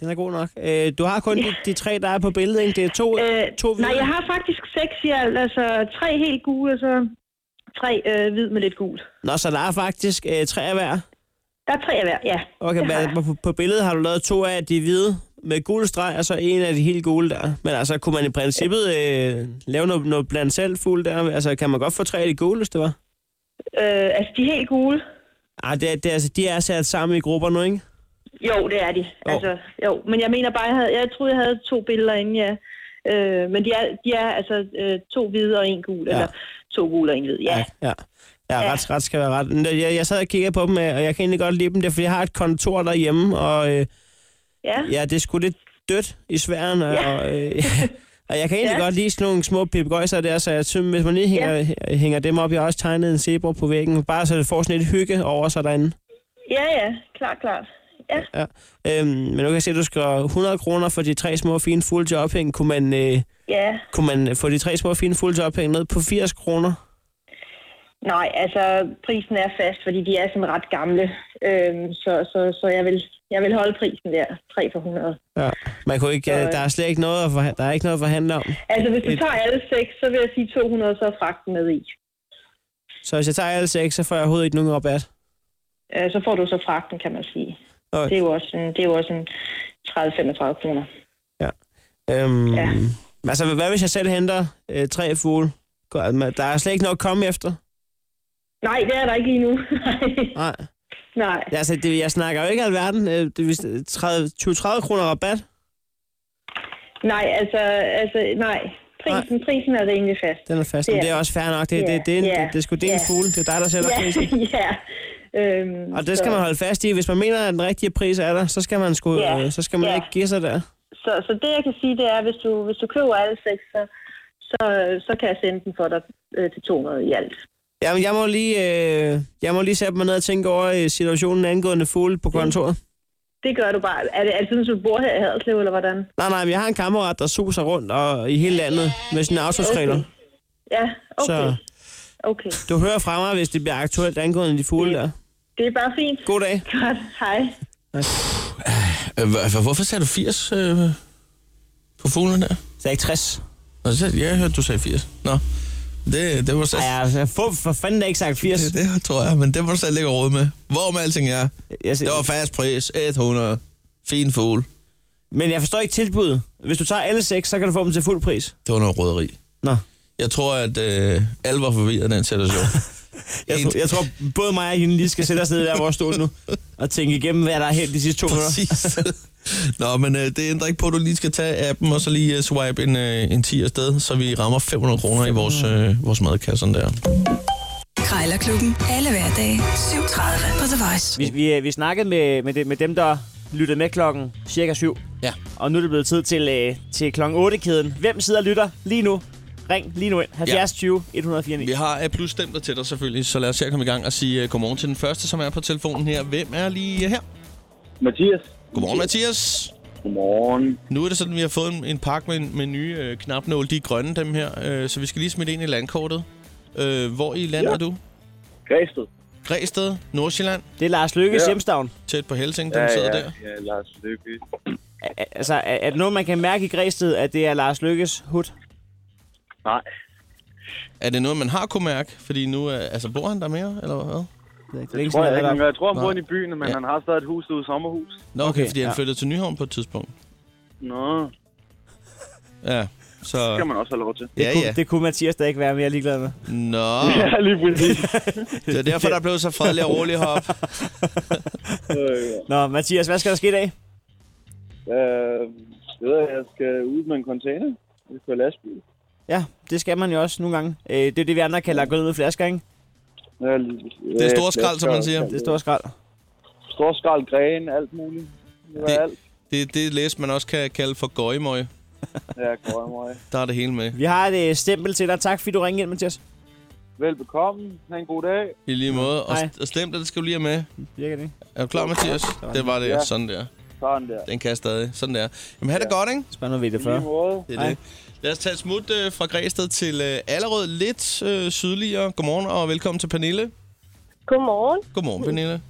Speaker 4: Den er god nok. Øh, du har kun de, de, tre, der er på billedet, ikke? Det er to,
Speaker 8: Øh,
Speaker 4: to hvide.
Speaker 8: nej, jeg har faktisk seks i alt. Altså tre helt gule, og så tre øh, hvid med lidt gul.
Speaker 4: Nå, så der er faktisk øh, tre af hver.
Speaker 8: Der er tre af hver, ja.
Speaker 4: Okay,
Speaker 8: Det har
Speaker 4: men
Speaker 8: jeg.
Speaker 4: på, på billedet har du lavet to af de hvide med gule streg, og så en af de helt gule der. Men altså, kunne man i princippet øh, lave noget, noget blandt selv fugle der? Altså, kan man godt få tre af de gule, hvis det var?
Speaker 8: Øh, altså, de er helt gule.
Speaker 4: Ej, det, er- det, er altså, de er sat sammen i grupper nu, ikke?
Speaker 8: Jo, det er de.
Speaker 4: Jo.
Speaker 8: Altså, jo. Men jeg mener bare, jeg, havde, jeg troede, jeg havde to billeder inden, ja. Øh, men de er, de er altså øh, to hvide og en gul, ja. eller to gule og en hvid, ja.
Speaker 4: Ja,
Speaker 8: ja.
Speaker 4: ja, ja.
Speaker 8: Ja.
Speaker 4: Ret, ret skal være ret. Men Jeg, jeg sad og kiggede på dem, øh, og jeg kan egentlig godt lide dem, det er, fordi jeg har et kontor derhjemme, og øh,
Speaker 8: ja.
Speaker 4: ja, det er sgu lidt dødt i sværen, og, ja.
Speaker 8: Ja.
Speaker 4: og, øh, og jeg kan egentlig ja.
Speaker 8: Ja.
Speaker 4: godt lide sådan nogle små pipegøjser der, så jeg synes, hvis man lige hænger, ja. hænger dem op, jeg har også tegnet en zebra på væggen, bare så det får sådan lidt hygge over sig derinde.
Speaker 8: Ja, ja, klart, klart. Ja.
Speaker 4: Ja. Øhm, men nu kan jeg se, at du skal have 100 kroner for de tre små fine fulde til ophæng. Kunne man, øh,
Speaker 8: Ja,
Speaker 4: kunne man få de tre små fine fulde til ophæng ned på 80 kroner?
Speaker 8: nej, altså prisen er fast, fordi de er sådan ret gamle. Øhm, så så, så jeg, vil, jeg vil holde prisen der, 3 for 100.
Speaker 4: Ja. Man kunne ikke, øh,
Speaker 8: Så-
Speaker 4: der er slet ikke noget at forhandle, der er ikke noget at forhandle om.
Speaker 8: Altså, hvis du
Speaker 4: Et-
Speaker 8: tager alle seks, så vil jeg sige 200, så er fragten med i.
Speaker 4: Så hvis jeg tager alle seks, så får jeg overhovedet ikke nogen rabat.
Speaker 8: Øh, så får du så fragten, kan man sige.
Speaker 4: Okay.
Speaker 8: Det er jo også en, det er jo også en 30-35 kroner.
Speaker 4: Øhm, ja.
Speaker 8: Ja.
Speaker 4: Altså, hvad hvis jeg selv henter øh, tre fugle? Går- altså, Der er slet ikke noget at komme efter.
Speaker 8: Nej, det er der ikke lige nu.
Speaker 4: Nej.
Speaker 8: Nej.
Speaker 4: Altså, det, jeg snakker jo ikke alverden. Øh, det er 20-30 kroner rabat.
Speaker 8: Nej, altså, altså nej. Prisen, prisen er rimelig fast.
Speaker 4: Den er fast.
Speaker 8: Det
Speaker 4: Yeah.
Speaker 8: er-
Speaker 4: Det er også fair nok. Det, yeah. det,
Speaker 8: Ja,
Speaker 4: det, er en,
Speaker 8: ja,
Speaker 4: det, det er sgu din
Speaker 8: ja.
Speaker 4: yeah. fugle. Det er dig, der sælger
Speaker 8: Ja,
Speaker 4: prisen.
Speaker 8: ja. Øhm,
Speaker 4: Og det skal
Speaker 8: så,
Speaker 4: man holde fast i. Hvis man mener, at den rigtige pris er der, så skal man, sgu,
Speaker 8: Ja.
Speaker 4: øh, så skal man
Speaker 8: Ja.
Speaker 4: ikke give sig der.
Speaker 8: Så, så det, jeg kan sige, det er, hvis du, hvis du køber alle seks, så, så, så kan jeg sende den for dig øh, til 200 i alt.
Speaker 4: Jamen, jeg må lige, øh, jeg må lige sætte mig ned og tænke over øh, situationen angående fugle på kontoret. Mm.
Speaker 8: Det gør du bare. Er det altid, du bor her i Haderslev, eller hvordan?
Speaker 4: Nej, nej, men jeg har en kammerat, der suser rundt og, i hele landet med sin autoskriller.
Speaker 8: Okay. Ja, okay.
Speaker 4: Så-
Speaker 8: Så. Okay.
Speaker 4: Du hører fra mig, hvis det bliver aktuelt angående de fugle der.
Speaker 8: Det er bare fint.
Speaker 4: God dag.
Speaker 8: Godt. Hej.
Speaker 3: Øh, hvor- Hvorfor sagde du 80 øh, på fuglen der?
Speaker 4: Så er ikke 60.
Speaker 3: Nå, så- ja, jeg hørte, du sagde 80. Nå, det, det var så...
Speaker 4: Ej, jeg har for, for fanden da ikke sagt 80.
Speaker 3: Det, det tror jeg, men det var du selv ikke råd med. Hvor med alting er.
Speaker 4: Jeg,
Speaker 3: Det var fast pris. 100. Fin fugl.
Speaker 4: men jeg forstår ikke tilbuddet. Hvis du tager alle seks, så kan du få dem til fuld pris.
Speaker 3: Det var noget røderi.
Speaker 4: Nå.
Speaker 3: Jeg tror, at øh, alle var forvirret i den situation.
Speaker 4: Jeg,
Speaker 3: En-
Speaker 4: tror, jeg tror, både mig og hende lige skal sætte os ned der, hvor stod nu, og tænke igennem, hvad der er helt de sidste to minutter.
Speaker 3: Præcis. Nå, men øh, det ændrer ikke på, at du lige skal tage appen, og så lige øh, swipe en, øh, en 10 afsted, så vi rammer 500 kroner i vores, øh, vores madkasse sådan der.
Speaker 2: Krejlerklubben. Alle hverdage 7.30 på The Voice.
Speaker 4: Vi, vi, vi snakkede med, med, det, med dem, der lyttede med klokken cirka 7.
Speaker 3: Ja.
Speaker 4: Og nu er det blevet tid til, øh, til klokken 8-kæden. Hvem sidder og lytter lige nu? Ring lige nu ind. 70 20 149.
Speaker 3: Vi har A plus stempler til dig selvfølgelig, så lad os se at komme i gang og sige øh, godmorgen til den første, som er på telefonen her. Hvem er lige øh, her?
Speaker 1: Mathias.
Speaker 3: Godmorgen, Mathias.
Speaker 1: Godmorgen.
Speaker 3: Nu er det sådan, at vi har fået en, en pakke med, med nye øh, knapnål. De er grønne, dem her. Øh, så vi skal lige smide en i landkortet. Øh, hvor i landet ja.
Speaker 1: Ja.
Speaker 3: er du?
Speaker 1: Græsted.
Speaker 3: Græsted, Nordsjælland,
Speaker 4: Det er Lars Lykkes
Speaker 1: Ja.
Speaker 4: ja. hjemstavn.
Speaker 3: tæt på Helsing, den sidder der.
Speaker 1: ja, Lars Lykke.
Speaker 4: A- Altså, er, er det noget, man kan mærke i Græsted, at det er Lars Lykkes hut?
Speaker 1: Nej,
Speaker 3: Er det noget, man har kunne mærke? Fordi nu, øh, altså, bor han der mere, eller hvad?
Speaker 4: Det
Speaker 1: det
Speaker 3: Ligesom
Speaker 1: tror jeg ikke. men Jeg tror, han
Speaker 3: Nej.
Speaker 1: bor inde i byen, men
Speaker 3: Ja.
Speaker 1: han har stadig et hus derude i sommerhus.
Speaker 3: Nå, okay,
Speaker 4: Okay,
Speaker 3: fordi han
Speaker 4: ja.
Speaker 3: flyttede til Nyhavn på et tidspunkt.
Speaker 1: Nå,
Speaker 3: Ja, så...
Speaker 1: det kan man også have lov til.
Speaker 3: Ja,
Speaker 4: kunne,
Speaker 3: ja.
Speaker 4: det kunne Mathias da ikke være mere ligeglad med.
Speaker 3: Nå,
Speaker 1: Ja, lige præcis.
Speaker 3: det er derfor, der blev så fredelig og rolig heroppe.
Speaker 1: øh,
Speaker 4: Nå, Mathias, hvad skal der ske i dag?
Speaker 1: øh, jeg ved, at jeg skal ud med en container. Jeg skal lastbil.
Speaker 4: Ja, det skal man jo også nogle gange. Øh, det er det, vi andre kalder at gå ned med flasker, ikke?
Speaker 1: Ja, lige,
Speaker 3: Det er store skrald, som man siger.
Speaker 4: Det står skrald.
Speaker 1: Stor skrald, gren, alt muligt. Det var
Speaker 3: Det-
Speaker 1: alt.
Speaker 3: Det, det er læs, man også kan kalde for gøjmøg.
Speaker 1: Ja, grønmøg.
Speaker 3: Der er det hele med.
Speaker 4: Vi har et øh, stempel til dig. Tak, fordi du ringede ind, Mathias.
Speaker 1: Velbekomme. Ha' en god dag.
Speaker 3: I lige måde. Og,
Speaker 4: Hej.
Speaker 3: og stem det, det skal du lige have med.
Speaker 4: Virker det?
Speaker 3: Er du klar, Mathias? Det var det.
Speaker 1: Ja.
Speaker 3: Sådan der.
Speaker 1: Sådan der.
Speaker 3: Den kan jeg stadig. Sådan der. Jamen, ha' det godt, ikke?
Speaker 4: Spørg noget ved det
Speaker 1: I
Speaker 4: før.
Speaker 1: lige måde.
Speaker 3: Det er det. Lad os tage et smut øh, fra Græsted til øh, allerede lidt øh, sydligere. Godmorgen og velkommen til Pernille.
Speaker 8: Godmorgen.
Speaker 3: Godmorgen, Pernille.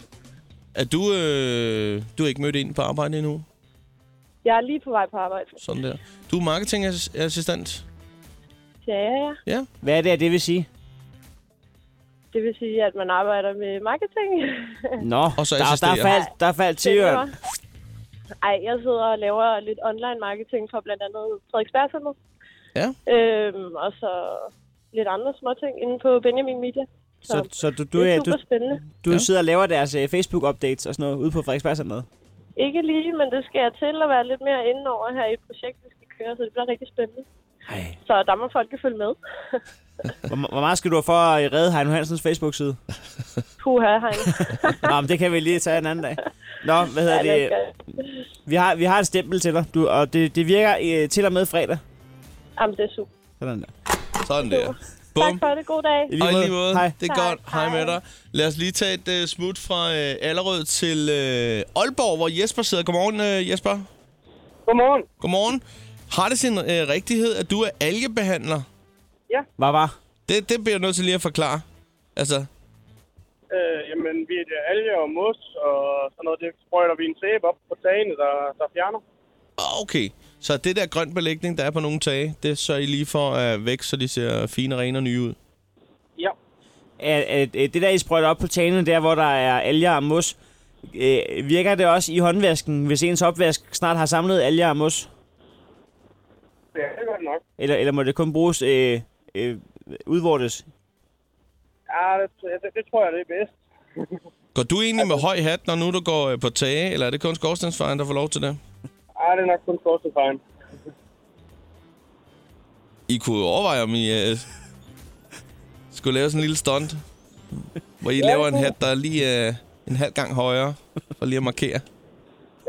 Speaker 3: Er du, øh, du er ikke mødt ind på arbejde endnu?
Speaker 8: Jeg er lige på vej på arbejde.
Speaker 3: Sådan der. Du er marketingassistent.
Speaker 8: Ja, ja.
Speaker 4: Hvad er det, at det vil sige?
Speaker 8: Det vil sige, at man arbejder med marketing.
Speaker 4: Nå,
Speaker 3: Og så
Speaker 4: der, der,
Speaker 3: assisterer.
Speaker 4: er faldt, der er faldt til øren.
Speaker 8: Ej, jeg sidder og laver lidt online marketing for blandt andet Frederiksberg Center.
Speaker 3: Ja.
Speaker 8: Øhm, og så lidt andre små ting inde på Benjamin Media.
Speaker 4: Så, så du, du,
Speaker 8: det
Speaker 4: er,
Speaker 8: er
Speaker 4: du,
Speaker 8: super spændende.
Speaker 4: du
Speaker 3: Ja.
Speaker 4: sidder og laver deres øh, Facebook-updates og sådan noget ude på Frederiksberg sådan noget.
Speaker 8: Ikke lige, men det skal jeg til at være lidt mere inde over her i projektet, vi skal køre, så det bliver rigtig spændende.
Speaker 4: Ej.
Speaker 8: Så der må folk jo følge med.
Speaker 4: Hvor, hvor meget skal du have for at redde Heino Hansens Facebook-side?
Speaker 8: Puha, Heine.
Speaker 4: Nå, men det kan vi lige tage en anden dag. Nå, hvad hedder
Speaker 8: Ja, det
Speaker 4: det? Vi har, vi har et stempel til dig, du, og det, det virker øh, til og med fredag.
Speaker 8: Jamen, det er super.
Speaker 4: Sådan der.
Speaker 3: Sådan der.
Speaker 8: Tak
Speaker 3: Bum.
Speaker 8: for det. God dag.
Speaker 3: Og i lige måde.
Speaker 4: Hej.
Speaker 3: Det er
Speaker 8: Tak.
Speaker 3: godt. Hej med
Speaker 8: Hej.
Speaker 3: dig. Lad os lige tage et uh, smut fra uh, Allerød til uh, Aalborg, hvor Jesper sidder. Godmorgen, uh, Jesper.
Speaker 5: Godmorgen.
Speaker 3: Godmorgen. Har det sin uh, rigtighed, at du er algebehandler?
Speaker 4: Hvad var?
Speaker 3: Det, det bliver jeg nødt til lige at forklare. Altså,
Speaker 5: Øh, jamen, vi er det alge og mos og sådan noget. Det sprøjter vi en sæbe op på tagene, der, der fjerner.
Speaker 3: ah, okay. Så det der grøn belægning, der er på nogle tage, det sørger I lige for uh, væk, så de ser fine, rene og nye ud.
Speaker 5: Ja.
Speaker 4: Er, er, er det der, I sprøjter op på tanen, der hvor der er alger og mos, øh, virker det også i håndvasken, hvis ens opvask snart har samlet alger og mos?
Speaker 5: Det er godt nok.
Speaker 4: Eller, eller må det kun bruges øh, øh, udvortes?
Speaker 5: Ja, det, det, det tror jeg, det er bedst.
Speaker 3: Går du egentlig
Speaker 8: Altså-
Speaker 3: med høj hat, når nu du går øh, på tage, eller er det kun skorstensfejren, der får lov til det?
Speaker 5: Ja, det er nok kun skorstensfejren.
Speaker 3: I kunne jo overveje, om I øh, skulle lave sådan en lille stunt, hvor I laver en hat, der er lige øh, en halv gang højere, for lige at markere.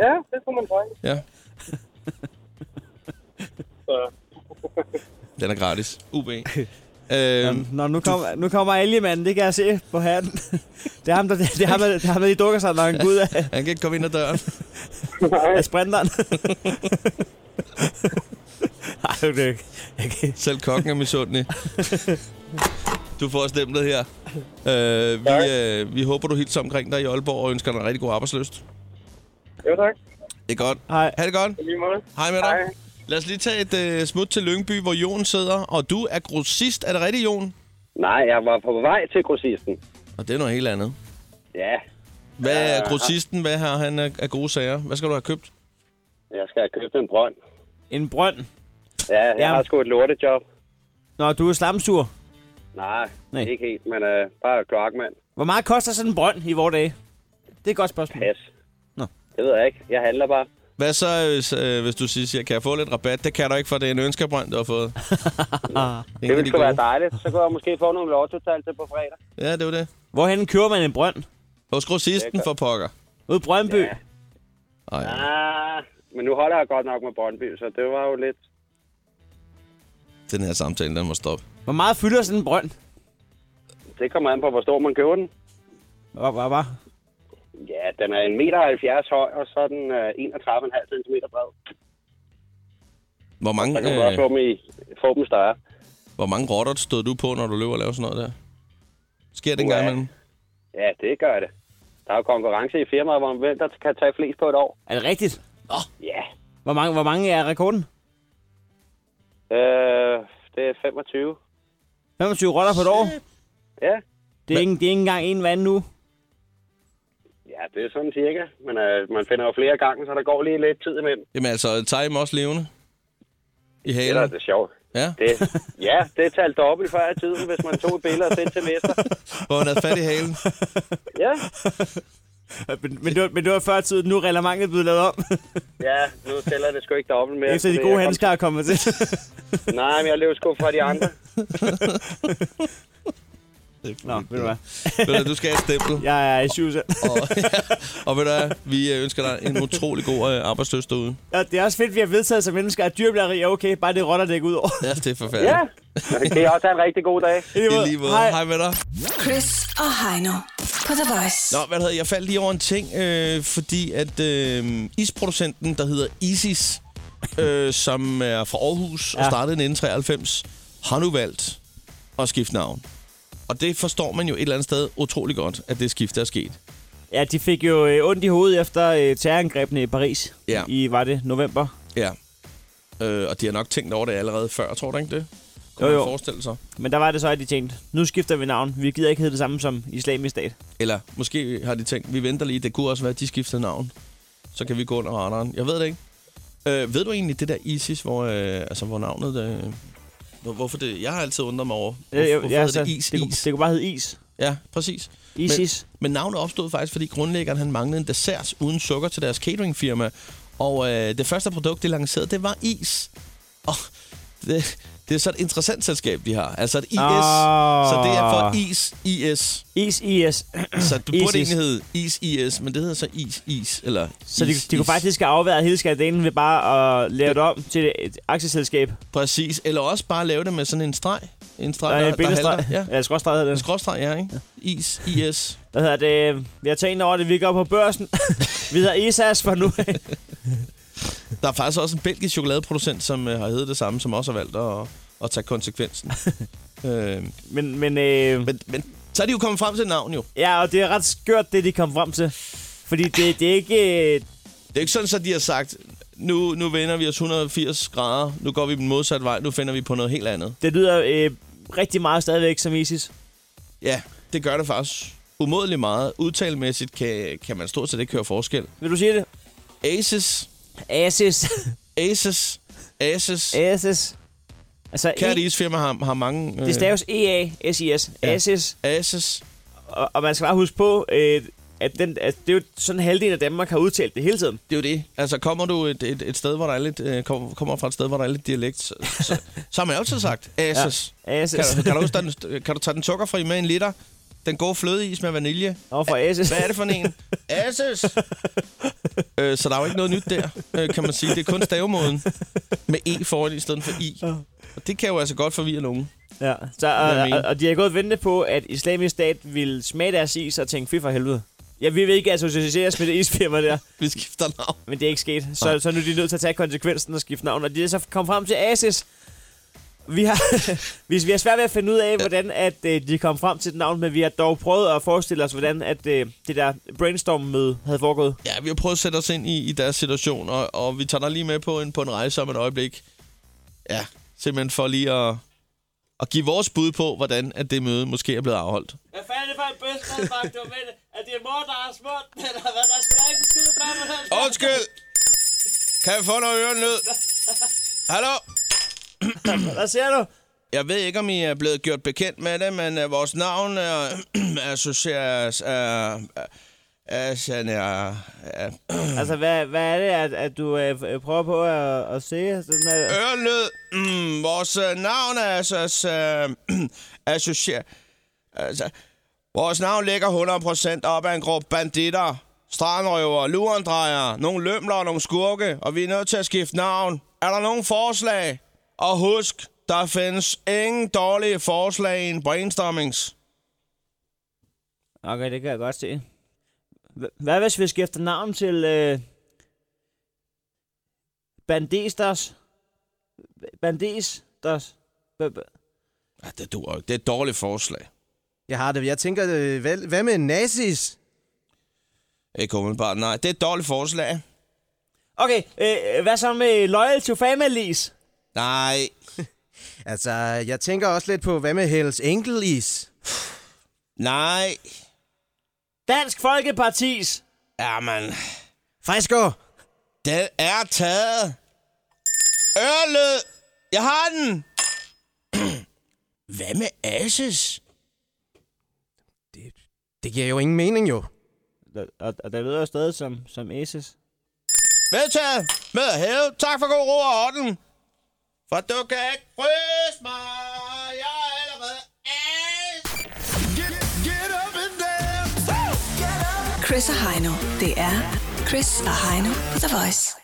Speaker 5: Ja, det kunne man trænge.
Speaker 3: Ja,
Speaker 5: Så
Speaker 3: den er gratis. UB. øhm,
Speaker 4: Nå, nu, kom, nu kommer algemanden, det kan jeg se på hatten. det er ham, der, det er ham, der, det er ham, der lige dukker sig, når han går ud af,
Speaker 3: han kan ikke komme ind ad døren.
Speaker 4: af sprinteren. Ej, det er jo ikke. Okay.
Speaker 3: Selv kokken er misundelig. Du får stemplet her. Øh, vi, øh, vi håber, du hilser omkring dig i Aalborg og ønsker dig en rigtig god arbejdsløst.
Speaker 5: jo tak.
Speaker 3: Det er godt.
Speaker 4: Hej.
Speaker 3: Ha' det godt.
Speaker 5: I lige måde.
Speaker 3: Hej med dig.
Speaker 5: Hej.
Speaker 3: Lad os lige tage et øh, smut til Lyngby, hvor Jon sidder. Og du er grossist. Er det rigtigt, Jon?
Speaker 9: Nej, jeg var på vej til grossisten.
Speaker 3: Og det er noget helt andet.
Speaker 9: Ja,
Speaker 3: Hvad er
Speaker 9: Ja.
Speaker 3: grossisten? Hvad har han af, af gode sager? Hvad skal du have købt?
Speaker 9: jeg skal have købt en brønd.
Speaker 4: En brønd.
Speaker 9: Ja, jeg
Speaker 4: Jamen.
Speaker 9: har sgu et lortejob.
Speaker 4: Nå, du er slamsur.
Speaker 9: Nej,
Speaker 4: Nej.
Speaker 9: Nej. ikke helt, men øh, bare kloakmand.
Speaker 4: Hvor meget koster sådan en brønd i vores dage? Det er et godt spørgsmål.
Speaker 9: Pas.
Speaker 4: Nå.
Speaker 9: Det ved jeg ikke. Jeg handler bare.
Speaker 3: Hvad så, hvis, øh, hvis du siger, kan jeg få lidt rabat? Det kan du ikke, for det er en ønskebrønd, du har fået.
Speaker 9: Det ville sgu være dejligt. Så kunne jeg måske få nogle lottotal til på fredag.
Speaker 3: Ja, det var det.
Speaker 4: Hvorhen kører man en brønd?
Speaker 3: Hos grossisten
Speaker 9: Lækker.
Speaker 3: for pokker.
Speaker 4: Ude i Brøndby? Ja.
Speaker 3: Ej.
Speaker 9: Ah, men nu holder jeg godt nok med Brøndby, så det var jo lidt...
Speaker 3: Den her samtale, den må stoppe.
Speaker 4: Hvor meget fylder sådan en brønd?
Speaker 9: Det kommer an på, hvor stor man køber den.
Speaker 4: Hvad, hvad, hvad?
Speaker 9: Ja, den er 1,70 meter høj, og så er den øh, 31,5 cm bred.
Speaker 3: Hvor mange,
Speaker 9: Så kan man godt
Speaker 3: øh,
Speaker 9: få dem, i, få dem større.
Speaker 3: hvor mange rotter stod du på, når du løber og laver sådan noget der? Sker det en gang
Speaker 9: Uha.
Speaker 3: imellem?
Speaker 9: Ja, det gør det. Der er jo konkurrence i firmaet, hvor man hvem der kan tage flest på et år.
Speaker 4: Er det rigtigt?
Speaker 9: Ja,
Speaker 4: Hvor mange, hvor mange er rekorden?
Speaker 9: Øh, det er 25.
Speaker 4: 25 rotter på et år?
Speaker 9: Ja,
Speaker 4: Det er, ikke, det er ikke engang en vand nu.
Speaker 9: ja det er sådan cirka. Men øh, man finder jo flere gange, så der går lige lidt tid imellem.
Speaker 3: Jamen altså, time også levende? I
Speaker 9: Det er da
Speaker 3: halen?
Speaker 9: det sjovt.
Speaker 3: Ja,
Speaker 9: Det, ja, det er talt dobbelt før i tiden, hvis man tog et billede og sendte til Vester.
Speaker 3: hvor han havde fat i halen.
Speaker 9: Ja,
Speaker 4: Men, men, det var, men det var før tiden, nu er reglementet blevet lavet om,
Speaker 9: ja, nu tæller det sgu ikke dobbelt mere.
Speaker 4: efter de
Speaker 9: fordi
Speaker 4: gode
Speaker 9: jeg kom-
Speaker 4: handsker er kommet til.
Speaker 9: Nej, men jeg løb sgu fra de andre.
Speaker 4: Nå, ved du hvad?
Speaker 3: Ved du, du skal have et stempel.
Speaker 4: Jeg er i syv selv.
Speaker 3: Og, og ved du hvad, vi øh, ønsker dig en utrolig god øh, arbejdsløs derude.
Speaker 4: Ja, det er også fedt, vi har vedtaget som mennesker, at dyrbladeri er okay, bare det er rotter, det ikke ud over.
Speaker 3: Ja, det er forfærdeligt.
Speaker 9: Ja, Kan I også have en rigtig god dag?
Speaker 3: I lige måde. Hej. Hej med dig.
Speaker 2: Chris og Heino på The Voice.
Speaker 3: Nå, hvad hedder jeg faldt lige over en ting, øh, fordi at øh, isproducenten, der hedder Isis, øh, som er fra Aarhus ja. og
Speaker 4: Ja.
Speaker 3: startede i 1993, har nu valgt at skifte navn. Og det forstår man jo et eller andet sted utrolig godt, at det skifte er sket.
Speaker 4: Ja, de fik jo øh, ondt i hovedet efter øh, terrorangrebene i Paris.
Speaker 3: Ja.
Speaker 4: I, var det november?
Speaker 3: Ja. Øh, og de har nok tænkt over det allerede før, tror du ikke det? Kunne
Speaker 4: Jo,
Speaker 3: man
Speaker 4: jo.
Speaker 3: forestille sig.
Speaker 4: Men der var det så, at de tænkte, nu skifter vi navn. Vi gider ikke hedde det samme som islamisk stat.
Speaker 3: Eller måske har de tænkt, vi venter lige. Det kunne også være, at de skiftede navn. Så kan vi gå under radaren. Jeg ved det ikke. Øh, ved du egentlig det der ISIS, hvor, øh, altså, hvor navnet... Øh, hvor, hvorfor det... Jeg har altid undret mig over, hvor,
Speaker 4: Øh,
Speaker 3: hvorfor ja, altså, det is,
Speaker 4: det, kunne,
Speaker 3: is.
Speaker 4: det kunne bare hedde is.
Speaker 3: Ja, præcis.
Speaker 4: Isis.
Speaker 3: Men, men navnet opstod faktisk, fordi grundlæggeren han manglede en dessert uden sukker til deres cateringfirma. Og øh, det første produkt, de lancerede, det var is. Og det, det er så et interessant selskab, de har. Altså et IS.
Speaker 4: Ah.
Speaker 3: Så det er for is, IS.
Speaker 4: Is, is.
Speaker 3: Så du burde
Speaker 4: Is, is.
Speaker 3: egentlig hedde Is IS, men det hedder så Is Is, eller
Speaker 4: Så de,
Speaker 3: is,
Speaker 4: de kunne
Speaker 3: is.
Speaker 4: faktisk have afværet hele skatten ved bare at lave det om til et aktieselskab.
Speaker 3: Præcis, eller også bare lave det med sådan en streg. En streg,
Speaker 4: Der
Speaker 3: der,
Speaker 4: er
Speaker 3: der,
Speaker 4: en billedstreg.
Speaker 3: halter.
Speaker 4: Ja,
Speaker 3: Ja,
Speaker 4: ja skråstreg hedder
Speaker 3: en
Speaker 4: det.
Speaker 3: skråstreg, ja, ikke? Is IS.
Speaker 4: Hvad hedder det? øh, Vi har tænkt over det. Vi går på børsen. vi hedder E Isas for nu. af.
Speaker 3: Der er faktisk også en belgisk chokoladeproducent, som øh, har heddet det samme, som også har valgt at, at tage konsekvensen. øh,
Speaker 4: men, men, øh,
Speaker 3: men, men så er de jo kommet frem til et navn, jo.
Speaker 4: ja, og det er ret skørt, det de kom frem til. Fordi det, det er ikke... øh,
Speaker 3: Det er ikke sådan, at de har sagt, nu, nu vender vi os 180 grader, nu går vi den modsatte vej, nu finder vi på noget helt andet.
Speaker 4: Det lyder øh, rigtig meget stadigvæk som Isis.
Speaker 3: Ja, det gør det faktisk umådeligt meget. Udtalemæssigt kan, kan man stort set ikke høre forskel.
Speaker 4: Vil du sige det?
Speaker 3: Aces,
Speaker 4: Asis.
Speaker 3: Aces, Aces.
Speaker 4: Asis. Altså,
Speaker 3: Kært
Speaker 4: e,
Speaker 3: isfirma har, har mange...
Speaker 4: det staves E E-A-S-I-S.
Speaker 3: Ja.
Speaker 4: Asis.
Speaker 3: Aces.
Speaker 4: Og, og man skal bare huske på, øh, at, den, at det er jo sådan halvdelen af Danmark har udtalt det hele tiden.
Speaker 3: Det er jo det. Altså, kommer du et, et, et sted, hvor der er lidt, øh, kom- kommer fra et sted, hvor der er lidt dialekt, så, så, så har man jo altid sagt, Aces.
Speaker 4: Asis.
Speaker 3: Kan, du- kan, du, huske, der er den, kan du tage den sukkerfri med en liter? Den gode flødeis med vanilje.
Speaker 4: Nå, for Asis.
Speaker 3: Hvad er det for en? Aces! øh, så der er jo ikke noget nyt der, øh, kan man sige. Det er kun stavemåden med E foran i stedet for I. Og det kan jo altså godt forvirre nogen.
Speaker 4: Ja, så,
Speaker 3: jeg
Speaker 4: og,
Speaker 3: mene.
Speaker 4: og, og de har gået og ventet på, at islamisk stat ville smage deres is og tænke, fy for helvede. Ja, vi vil ikke associeres med det isfirma der,
Speaker 3: Vi skifter navn.
Speaker 4: men det er ikke sket. Så, så nu er de nødt til at tage konsekvensen og skifte navn, og de er så kommet frem til Asis. Vi har, vi, vi har svært ved at finde ud af, hvordan at, øh, de kom frem til det navn, men vi har dog prøvet at forestille os, hvordan at, øh, det der brainstorm-møde havde foregået.
Speaker 3: Ja, vi har prøvet at sætte os ind i, i deres situation, og, og vi tager dig lige med på en, på en rejse om et øjeblik. Ja, simpelthen for lige at, at give vores bud på, hvordan at det møde måske er blevet afholdt.
Speaker 4: Hvad fanden er det for en bøsmodbagt, du med At det er mor, der har smurt den, eller hvad? Der er sgu da ikke en skid med,
Speaker 3: Undskyld! Kan jeg få noget ørenlyd? Hallo?
Speaker 4: Hvad siger du?
Speaker 3: Jeg ved ikke, om I er blevet gjort bekendt med det, men uh, vores navn er associeres af... Altså, er...
Speaker 4: Altså, hvad, hvad er det, at, at du øh, øh, prøver på at, at se? Sådan
Speaker 3: Øh,
Speaker 4: her?
Speaker 3: Ørenlyd. Mm, vores øh, navn er altså... altså associer... Altså, vores navn ligger 100% op af en gruppe banditter, strandrøver, lurendrejer, nogle lømler og nogle skurke, og vi er nødt til at skifte navn. Er der nogen forslag? Og husk, der findes ingen dårlige forslag i en brainstormings.
Speaker 4: Okay, det kan jeg godt se. Hva- Hvad hvis vi skifter navn til... Øh, Bandesters? Bandesters? Ba- ba-
Speaker 3: Ja, det duer jo ikke. Det er et dårligt forslag.
Speaker 10: Jeg har det. Jeg tænker, øh, hvad, hvad med nazis?
Speaker 3: Ikke umiddelbart, nej. Det er et dårligt forslag.
Speaker 4: Okay, øh, hvad så med Loyal to Families?
Speaker 3: Nej.
Speaker 10: Altså, jeg tænker også lidt på, hvad med Hells Angels?
Speaker 3: Nej.
Speaker 4: Dansk Folkepartis?
Speaker 3: Jamen,
Speaker 10: Frisker!
Speaker 3: den er taget. Ørlød. Jeg har den. Hvad med Asses?
Speaker 10: Det giver jo ingen mening, jo.
Speaker 4: Og, og, og der lyder jo stadig som, som Aces.
Speaker 3: Vedtaget. Med at hæve. Tak for god ro og orden. For du kan ikke ryste mig. Jeg er allerede as.
Speaker 2: Chris og Heino. Det er Chris og Heino på The Voice.